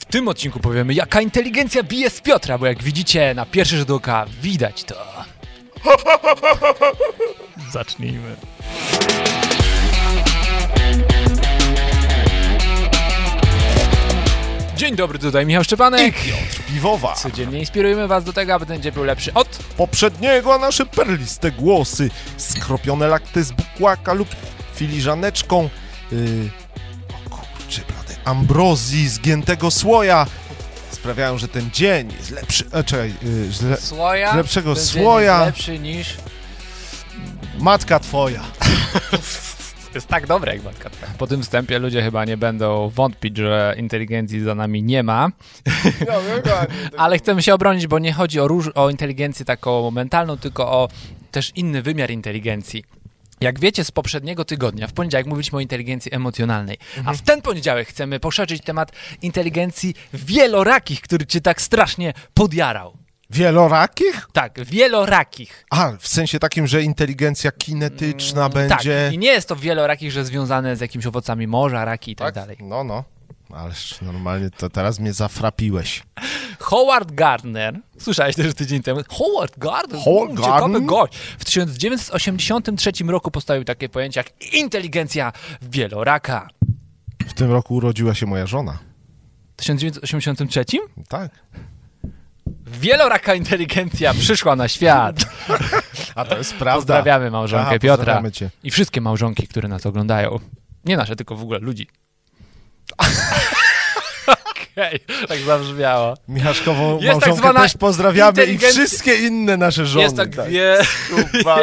W tym odcinku powiemy, jaka inteligencja bije z Piotra, bo jak widzicie na pierwszy rzut oka widać to. Zacznijmy. Dzień dobry, tutaj Michał Szczepanek. Piwowa. Codziennie inspirujemy was do tego, aby ten dzień był lepszy od... Poprzedniego nasze perliste głosy, skropione lakty z bukłaka lub filiżaneczką, yy, o kurczę blade, ambrozji zgiętego słoja sprawiają, że ten dzień jest lepszy, e, czekaj, yy, z le, Słoja. Z lepszego Ten dzień słoja. jest Lepszy niż... matka twoja. Jest tak dobre jak matka. Po tym wstępie ludzie chyba nie będą wątpić, że inteligencji za nami nie ma. Ale chcemy się obronić, bo nie chodzi o, róż, o inteligencję taką mentalną, tylko o też inny wymiar inteligencji. Jak wiecie z poprzedniego tygodnia, w poniedziałek mówiliśmy o inteligencji emocjonalnej, a w ten poniedziałek chcemy poszerzyć temat inteligencji wielorakich, który cię tak strasznie podjarał. Wielorakich? Tak, wielorakich. A, w sensie takim, że inteligencja kinetyczna będzie... Tak, i nie jest to wielorakich, że związane z jakimiś owocami morza, raki i tak, dalej. No, no. Ależ normalnie to teraz mnie zafrapiłeś. Howard Gardner, słyszałeś też tydzień temu, Howard Gardner, Howard mm, ciekawy Gardner? gość. W 1983 roku postawił takie pojęcie jak inteligencja wieloraka. W tym roku urodziła się moja żona. W 1983? Tak. Wieloraka inteligencja przyszła na świat. A to jest prawda. Pozdrawiamy małżonkę Tak. Aha, Piotra pozdrawiamy cię. i wszystkie małżonki, które nas oglądają. Nie nasze, tylko w ogóle ludzi. Okej, tak zabrzmiało. Michaszkową Jest tak małżonkę zwana też pozdrawiamy inteligencja- i wszystkie inne nasze żony. jest tak, wie... Kurwa,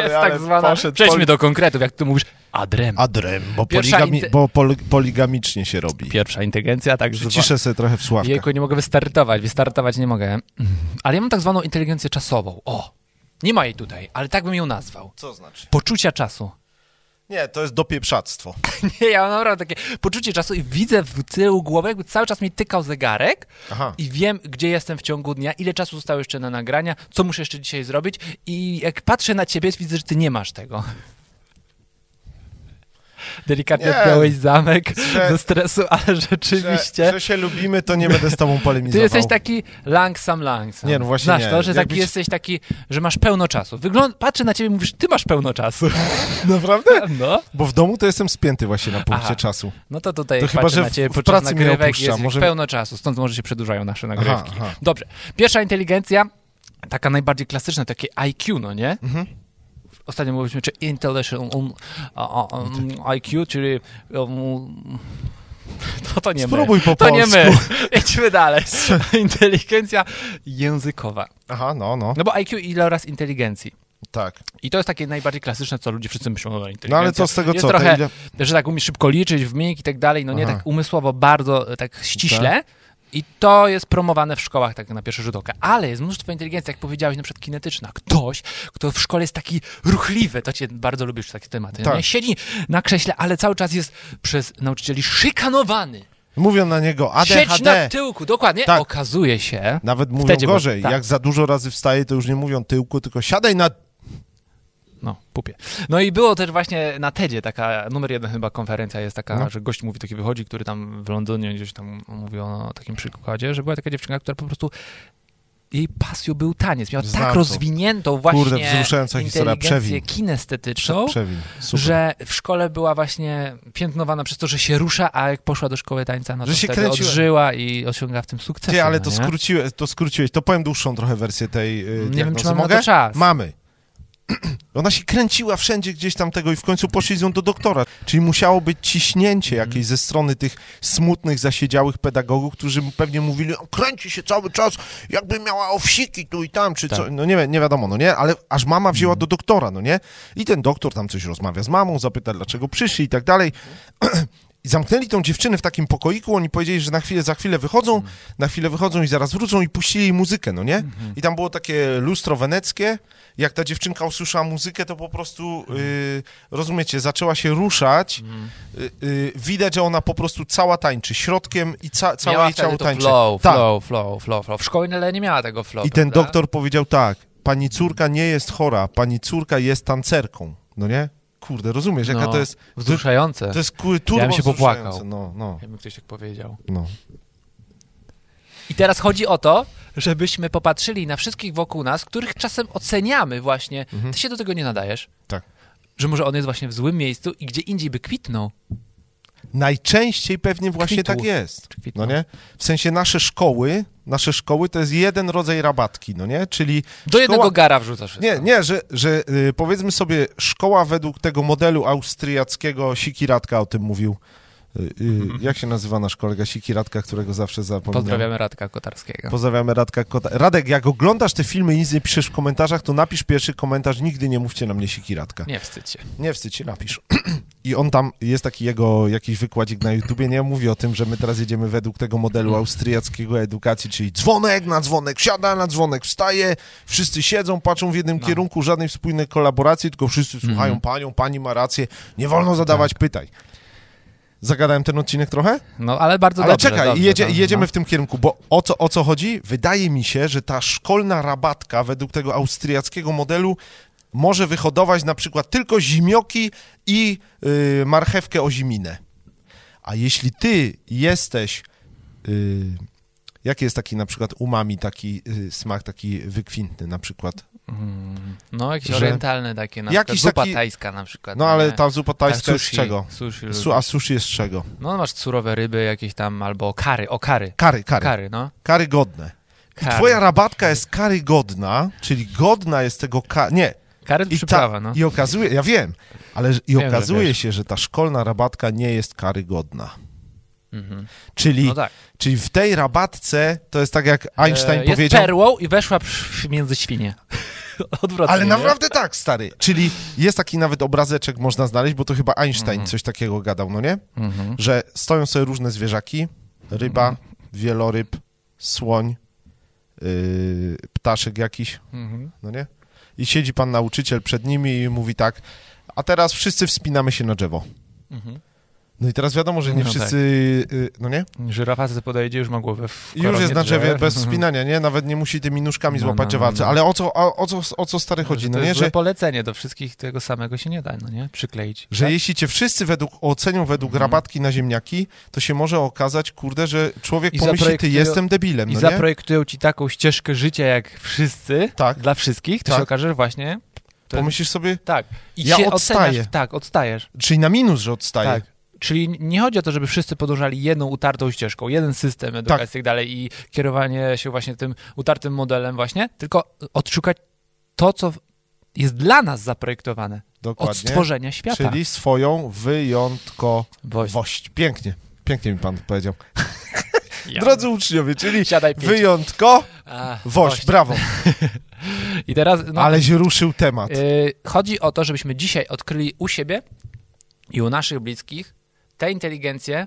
jest ale tak zwana... poszedł Przejdźmy pol- do konkretów, jak ty mówisz, adrem. Adrem, bo, Pierwsza poligami... inte- bo pol- poligamicznie się robi. Pierwsza inteligencja, tak zwana... Ciszę sobie trochę w sławkach. Jejku, nie mogę wystartować, wystartować nie mogę. Mm. Ale ja mam tak zwaną inteligencję czasową. O, nie ma jej tutaj, ale tak bym ją nazwał. Co znaczy? Poczucia czasu. Nie, to jest dopieprzactwo. Nie, ja mam naprawdę takie poczucie czasu i widzę w tyłu głowy, jakby cały czas mi tykał zegarek Aha. i wiem, gdzie jestem w ciągu dnia, ile czasu zostało jeszcze na nagrania, co muszę jeszcze dzisiaj zrobić i jak patrzę na ciebie, widzę, że ty nie masz tego. Delikatnie Nie. odpiąłeś zamek Że- ze stresu, ale rzeczywiście... Że, że się lubimy, to nie będę z tobą polemizował. Ty jesteś tak- taki langsam, langsam. Nie, no właśnie Znasz nie. to, że Jak taki być- jesteś taki, że masz pełno czasu. Wygląd... Patrzę na ciebie i mówisz, ty masz pełno czasu. Naprawdę? No, Bo w domu to jestem spięty właśnie na punkcie Aha. czasu. no to tutaj To jak chyba, patrzę że na w- ciebie w podczas pracy mnie nagrywek opuszcza. jest ich Może- pełno czasu, stąd może się przedłużają nasze nagrywki. aha. Dobrze, pierwsza inteligencja, taka najbardziej klasyczna, takie IQ, no nie? Mhm. Ostatnio mówiliśmy, czy intellectual um, a- a- um, tak. IQ, czyli... Um, to, to nie Spróbuj my. po To nie my. polsku. Idźmy dalej. Inteligencja językowa. Aha, no, no. No bo IQ ile oraz inteligencji. Tak. I to jest takie najbardziej klasyczne, co ludzie wszyscy myślą o inteligencji. No ale co z tego, jest co? To trochę, ile- że tak umiesz szybko liczyć, w mig i tak dalej, no nie Aha. tak umysłowo bardzo, e, tak ściśle. I to jest promowane w szkołach tak na pierwszy rzut oka. Ale jest mnóstwo inteligencji, jak powiedziałeś, na przykład kinetyczna. Ktoś, kto w szkole jest taki ruchliwy, to cię bardzo lubisz takie tematy. No Tak. nie? Siedzi na krześle, ale cały czas jest przez nauczycieli szykanowany. Mówią na niego Siedź na ADHD. tyłku, dokładnie. Tak. Okazuje się... Nawet mówią Wtedy, bo- gorzej. tak. Jak za dużo razy wstaje, to już nie mówią tyłku, tylko siadaj na... No, pupie. No i było też właśnie na TEDzie taka, numer jeden chyba konferencja jest taka, No. że gość mówi, taki wychodzi, który tam w Londynie gdzieś tam mówi o takim przykładzie, że była taka dziewczynka, która po prostu jej pasją był taniec. Miała Znam tak to. rozwiniętą właśnie Kurde, wzruszająca historia. inteligencję Przewin. kinestetyczną, Przewin. Super. że w szkole była właśnie piętnowana przez to, że się rusza, a jak poszła do szkoły tańca, no to Że się wtedy kręciła. odżyła i osiąga w tym sukces. Ty, ale to, no, nie? skróciłeś, to skróciłeś. To powiem dłuższą trochę wersję tej yy, wiem, diagnozy. czy mamy na Mogę? to czas. Mamy. Ona się kręciła wszędzie gdzieś tam tego i w końcu poszli z nią do doktora. Czyli musiało być ciśnięcie Mhm. jakieś ze strony tych smutnych, zasiedziałych pedagogów, którzy mu pewnie mówili, "O, kręci się cały czas, jakby miała owsiki tu i tam, czy Tak. Mhm. co. No nie, wi- nie wiadomo, no nie? Ale aż mama wzięła do doktora, no nie? I ten doktor tam coś rozmawia z mamą, zapyta, dlaczego przyszli i tak dalej. I zamknęli tą dziewczynę w takim pokoiku, oni powiedzieli, że na chwilę, za chwilę wychodzą, Mhm. na chwilę wychodzą i zaraz wrócą i puścili jej muzykę, no nie? Mhm. I tam było takie lustro weneckie, jak ta dziewczynka usłyszała muzykę, to po prostu, Mhm. y, rozumiecie, zaczęła się ruszać, y, y, widać, że ona po prostu cała tańczy, środkiem i ca, całe Miała jej ciało wtedy to tańczy. flow, Tak. flow, flow, flow, flow. W szkole nie miała tego flow. I ten prawda? doktor powiedział tak, pani córka nie jest chora, pani córka jest tancerką, no nie? Kurde, rozumiesz, jaka No, to jest... To, Wzruszające. to jest kultura się popłakał. No, no, Jakby ktoś tak powiedział. no. I teraz chodzi o to, żebyśmy popatrzyli na wszystkich wokół nas, których czasem oceniamy właśnie. Ty się do tego nie nadajesz. Mhm. Tak. Że może on jest właśnie w złym miejscu i gdzie indziej by kwitnął. Najczęściej pewnie właśnie Kwitł. tak jest. Kwitnął. No nie? W sensie nasze szkoły, nasze szkoły to jest jeden rodzaj rabatki, no nie? Czyli Do jednego szkoła- gara wrzucasz wszystko. Nie, nie, że, że y, powiedzmy sobie, szkoła według tego modelu austriackiego, Sikiratka o tym mówił. Y, y, jak się nazywa nasz kolega Sikiratka, którego zawsze zapominam? Pozdrawiamy Radka Kotarskiego. Pozdrawiamy Radka Kota. Radek, jak oglądasz te filmy i nic nie piszesz w komentarzach, to napisz pierwszy komentarz, nigdy nie mówcie na mnie Sikiratka. Nie wstydź się. Nie wstydź się, napisz. I on tam, jest taki jego jakiś wykładzik na YouTubie, nie mówi o tym, że my teraz jedziemy według tego modelu austriackiego edukacji, czyli dzwonek na dzwonek, wsiada na dzwonek, wstaje, wszyscy siedzą, patrzą w jednym kierunku, żadnej wspólnej kolaboracji, tylko wszyscy słuchają panią, pani ma rację, nie wolno zadawać pytań. Zagadałem ten odcinek trochę? No ale bardzo Ale dobrze. czekaj, dobrze, jedzie, dobrze, jedziemy no. w tym kierunku, bo o co, o co chodzi? Wydaje mi się, że ta szkolna rabatka według tego austriackiego modelu może wyhodować na przykład tylko zimioki i y, marchewkę o ziminę. A jeśli ty jesteś. Y, jaki jest taki na przykład umami, taki y, smak, taki wykwintny na przykład? No jakieś że- orientalne takie, na Jakiś przykład zupa taki- tajska na przykład. No nie? ale ta zupa tajska jest Tak, z sushi, czego? Sushi. Su, a sushi jest z czego? No masz surowe ryby jakieś tam, albo kary, o kary. Kary, kary. Kary, no. Karygodne. I Kary. twoja rabatka jest karygodna, czyli godna jest tego ka... Nie, Kary to I, przyprawa, ta- no. I okazuje, ja wiem, ale że- i Wiem, że okazuje wiesz. się, że ta szkolna rabatka nie jest karygodna. Mhm. Czyli, No tak. czyli w tej rabatce to jest tak, jak Einstein E, powiedział. Jest perłą i weszła przy- między świnie. Odwrotnie. Ale nie? naprawdę tak, stary. Czyli jest taki nawet obrazeczek można znaleźć, bo to chyba Einstein coś takiego gadał, no nie? Mhm. Że stoją sobie różne zwierzaki, ryba, wieloryb, słoń, yy, ptaszek jakiś, Mhm. no nie? I siedzi pan nauczyciel przed nimi i mówi tak, a teraz wszyscy wspinamy się na drzewo. Mhm. No i teraz wiadomo, że nie No wszyscy, y, no nie? Żyrafa sobie Mhm. podejdzie, już ma głowę w I już koronie jest na drzewie drzew. bez wspinania, nie? Nawet nie musi tymi nóżkami No, no, złapać drzewa. no, Czy- no. Ale o co, o, o co, o co stary chodzi, Że no to nie? jest złe Że, polecenie, do wszystkich tego samego się nie da, no nie? Przykleić. że jeśli cię wszyscy według, ocenią według Mhm. rabatki na ziemniaki, to się może okazać, kurde, że człowiek I pomyśli, ty zaprojektują- jestem debilem, I no nie? zaprojektują ci taką ścieżkę życia jak wszyscy, Tak. dla wszystkich, to Tak. się okaże, że właśnie to- Pomyślisz sobie, tak. I Ja się odstaję. Oceniasz, tak, odstajesz. czyli na minus, że odstaje. Tak. Czyli nie chodzi o to, żeby wszyscy podążali jedną utartą ścieżką, jeden system edukacji i tak dalej i kierowanie się właśnie tym utartym modelem właśnie, tylko odszukać to, co w- jest dla nas zaprojektowane od Dokładnie. stworzenia świata. Czyli swoją wyjątkowość. Woź. Pięknie. Pięknie mi pan powiedział. Ja. Drodzy uczniowie, czyli Siadaj pięć. wyjątkowość. A, woź. Brawo. I teraz no, Ale się ruszył temat. y, chodzi o to, żebyśmy dzisiaj odkryli u siebie i u naszych bliskich te inteligencje,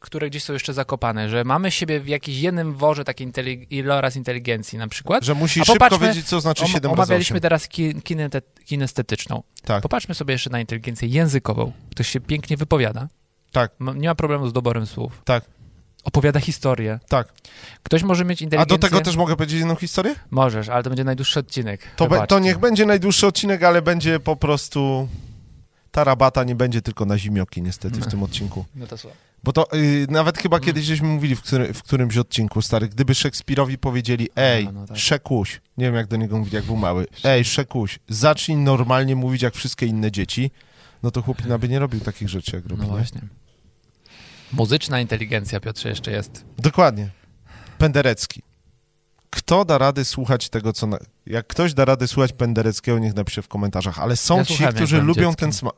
które gdzieś są jeszcze zakopane, że mamy siebie w jakimś jednym worze takiej intelig- iloraz inteligencji na przykład, Że A musisz szybko popatrzmy, wiedzieć, co znaczy Om- 7 razy Omawialiśmy 8. teraz ki- kinete, kinestetyczną. Tak. Popatrzmy sobie jeszcze na inteligencję językową. Ktoś się pięknie wypowiada. Tak. Ma, nie ma problemu z doborem słów. Tak. Opowiada historię. Tak. Ktoś może mieć A inteligencję... do tego też mogę powiedzieć jedną historię? Możesz, ale to będzie najdłuższy odcinek. To, be, Wybaczcie. to niech będzie najdłuższy odcinek, ale będzie po prostu... Ta rabata nie będzie tylko na zimioki niestety w tym odcinku. No to słabo. Bo to y, nawet Mm. chyba kiedyś żeśmy mówili w, który, w którymś odcinku, stary, gdyby Szekspirowi powiedzieli ej, A, no tak. Szekuś, nie wiem jak do niego mówili, jak był mały, ej, Szekuś, zacznij normalnie mówić jak wszystkie inne dzieci, no to chłopina by nie robił takich rzeczy, jak robi, No nie? właśnie. Muzyczna inteligencja, Piotrze, jeszcze jest. Dokładnie. Penderecki. Kto da radę słuchać tego, co. Na... Jak ktoś da radę słuchać Pendereckiego, niech napisze w komentarzach, ale są Ja ci, słuchałem, jak którzy byłem lubią dzieckiem. ten smak.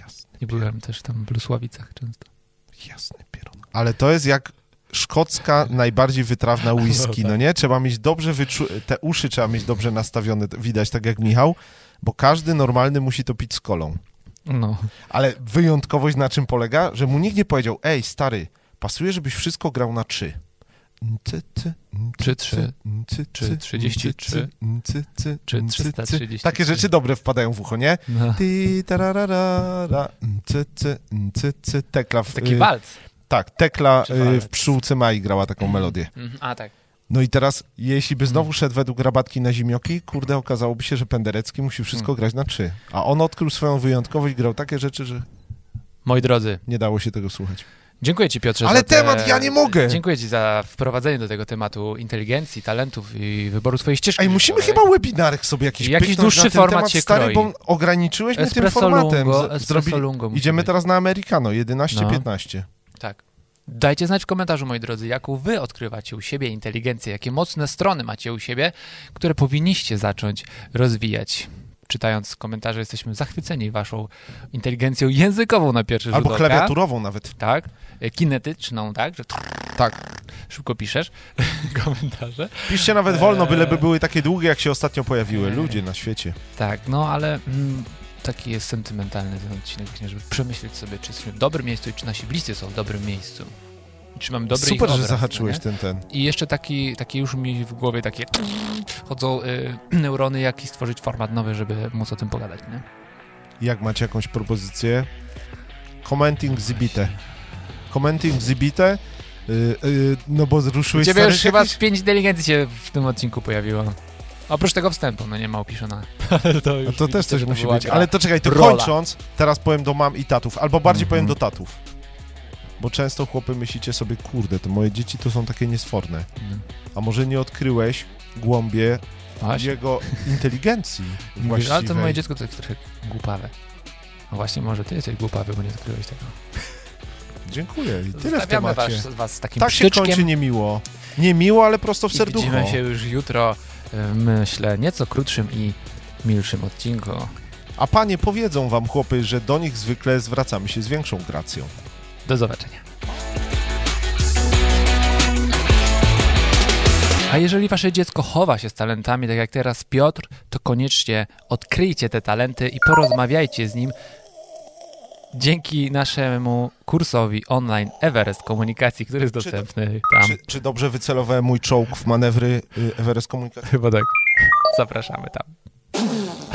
Jasny, I byłem też tam w Lusławicach często. jasny pierun. Ale to jest jak szkocka najbardziej wytrawna whisky, tak. no nie? Trzeba mieć dobrze wyczu... te uszy trzeba mieć dobrze nastawione, to widać tak jak Michał, bo każdy normalny musi to pić z kolą. No. Ale wyjątkowość na czym polega? Że mu nikt nie powiedział, ej stary, pasuje, żebyś wszystko grał na trzy. Cy, cy, Czy trzy? cy, Czy cy, 33? cy, cy, cy, Czy cy, 333? Takie rzeczy dobre wpadają w ucho, nie? No. Ty, tararara, cy, cy, cy, cy, tekla w, Taki y, walc. Tak, tekla Czy y, walec. w pszczółce Mai grała taką melodię. Mhm, A tak. No i teraz, jeśli Mm. by znowu szedł według rabatki na zimioki, kurde, okazałoby się, że Penderecki musi wszystko Mm. grać na trzy. A on odkrył swoją wyjątkowość, grał takie rzeczy, że Moi drodzy, nie dało się tego słuchać. Dziękuję Ci, Piotrze. Ale za te... temat ja nie mogę. Dziękuję Ci za wprowadzenie do tego tematu inteligencji, talentów i wyboru swojej ścieżki. Ej, musimy życiowej. chyba webinarek sobie jakiś Jakiś pyknąć dłuższy na ten format temat, się stary, kroi. bo ograniczyłeś mnie tym Espresso formatem. lungo, Z- espresso zrobili- lungo musi Idziemy być. No. teraz na Amerykano, 11-15. Tak. Dajcie znać w komentarzu, moi drodzy, jaką wy odkrywacie u siebie inteligencję, jakie mocne strony macie u siebie, które powinniście zacząć rozwijać. Czytając komentarze, jesteśmy zachwyceni waszą inteligencją językową na pierwszy rzut Albo oka. klawiaturową nawet. Tak, E, kinetyczną, tak, że trrr, Tak. szybko piszesz komentarze. Piszcie nawet wolno, byleby były takie długie, jak się ostatnio pojawiły. Ludzie na świecie. Tak, no ale mm, taki jest sentymentalny ten odcinek, właśnie, żeby przemyśleć sobie, czy jesteśmy w dobrym miejscu i czy nasi bliscy są w dobrym miejscu. I Czy mam dobry ich Super, że obraz, no zahaczyłeś nie? ten ten. I jeszcze taki, taki już mi w głowie takie chodzą y, neurony, jaki stworzyć format nowy, żeby móc o tym pogadać, nie? Jak macie jakąś propozycję? Commenting zibite. Commenting zibite. Yy, yy, no bo U ruszyłeś Ciebie już stary, chyba jakiś- z pięć inteligencji się w tym odcinku pojawiło. Oprócz tego wstępu, no nie ma opiszona. Ale to, No już to też widzicie, coś że musi była być. gra. Ale to czekaj, to Rola. kończąc, teraz powiem do mam i tatów, albo bardziej Mhm. powiem do tatów. Bo często chłopy myślicie sobie, kurde, to moje dzieci to są takie niesforne. Mm. No A może nie odkryłeś głąbie Właśnie. jego inteligencji Mówisz, właściwej. ale to moje dziecko to jest trochę głupawe. A właśnie może ty jesteś głupawy, bo nie odkryłeś tego. Dziękuję i tyle w Zostawiamy was, temacie. was z takim Tak się psztyczkiem. kończy niemiło. Niemiło, ale prosto w serducho. I widzimy się już jutro, y, myślę, nieco krótszym i milszym odcinku. A panie powiedzą wam, chłopy, że do nich zwykle zwracamy się z większą gracją. Do zobaczenia. A jeżeli wasze dziecko chowa się z talentami, tak jak teraz Piotr, to koniecznie odkryjcie te talenty i porozmawiajcie z nim. Dzięki naszemu kursowi online Everest Komunikacji, który jest Czy to- dostępny tam. Czy, czy dobrze wycelowałem mój czołg w manewry y, Everest Komunikacji? Chyba tak. Zapraszamy tam.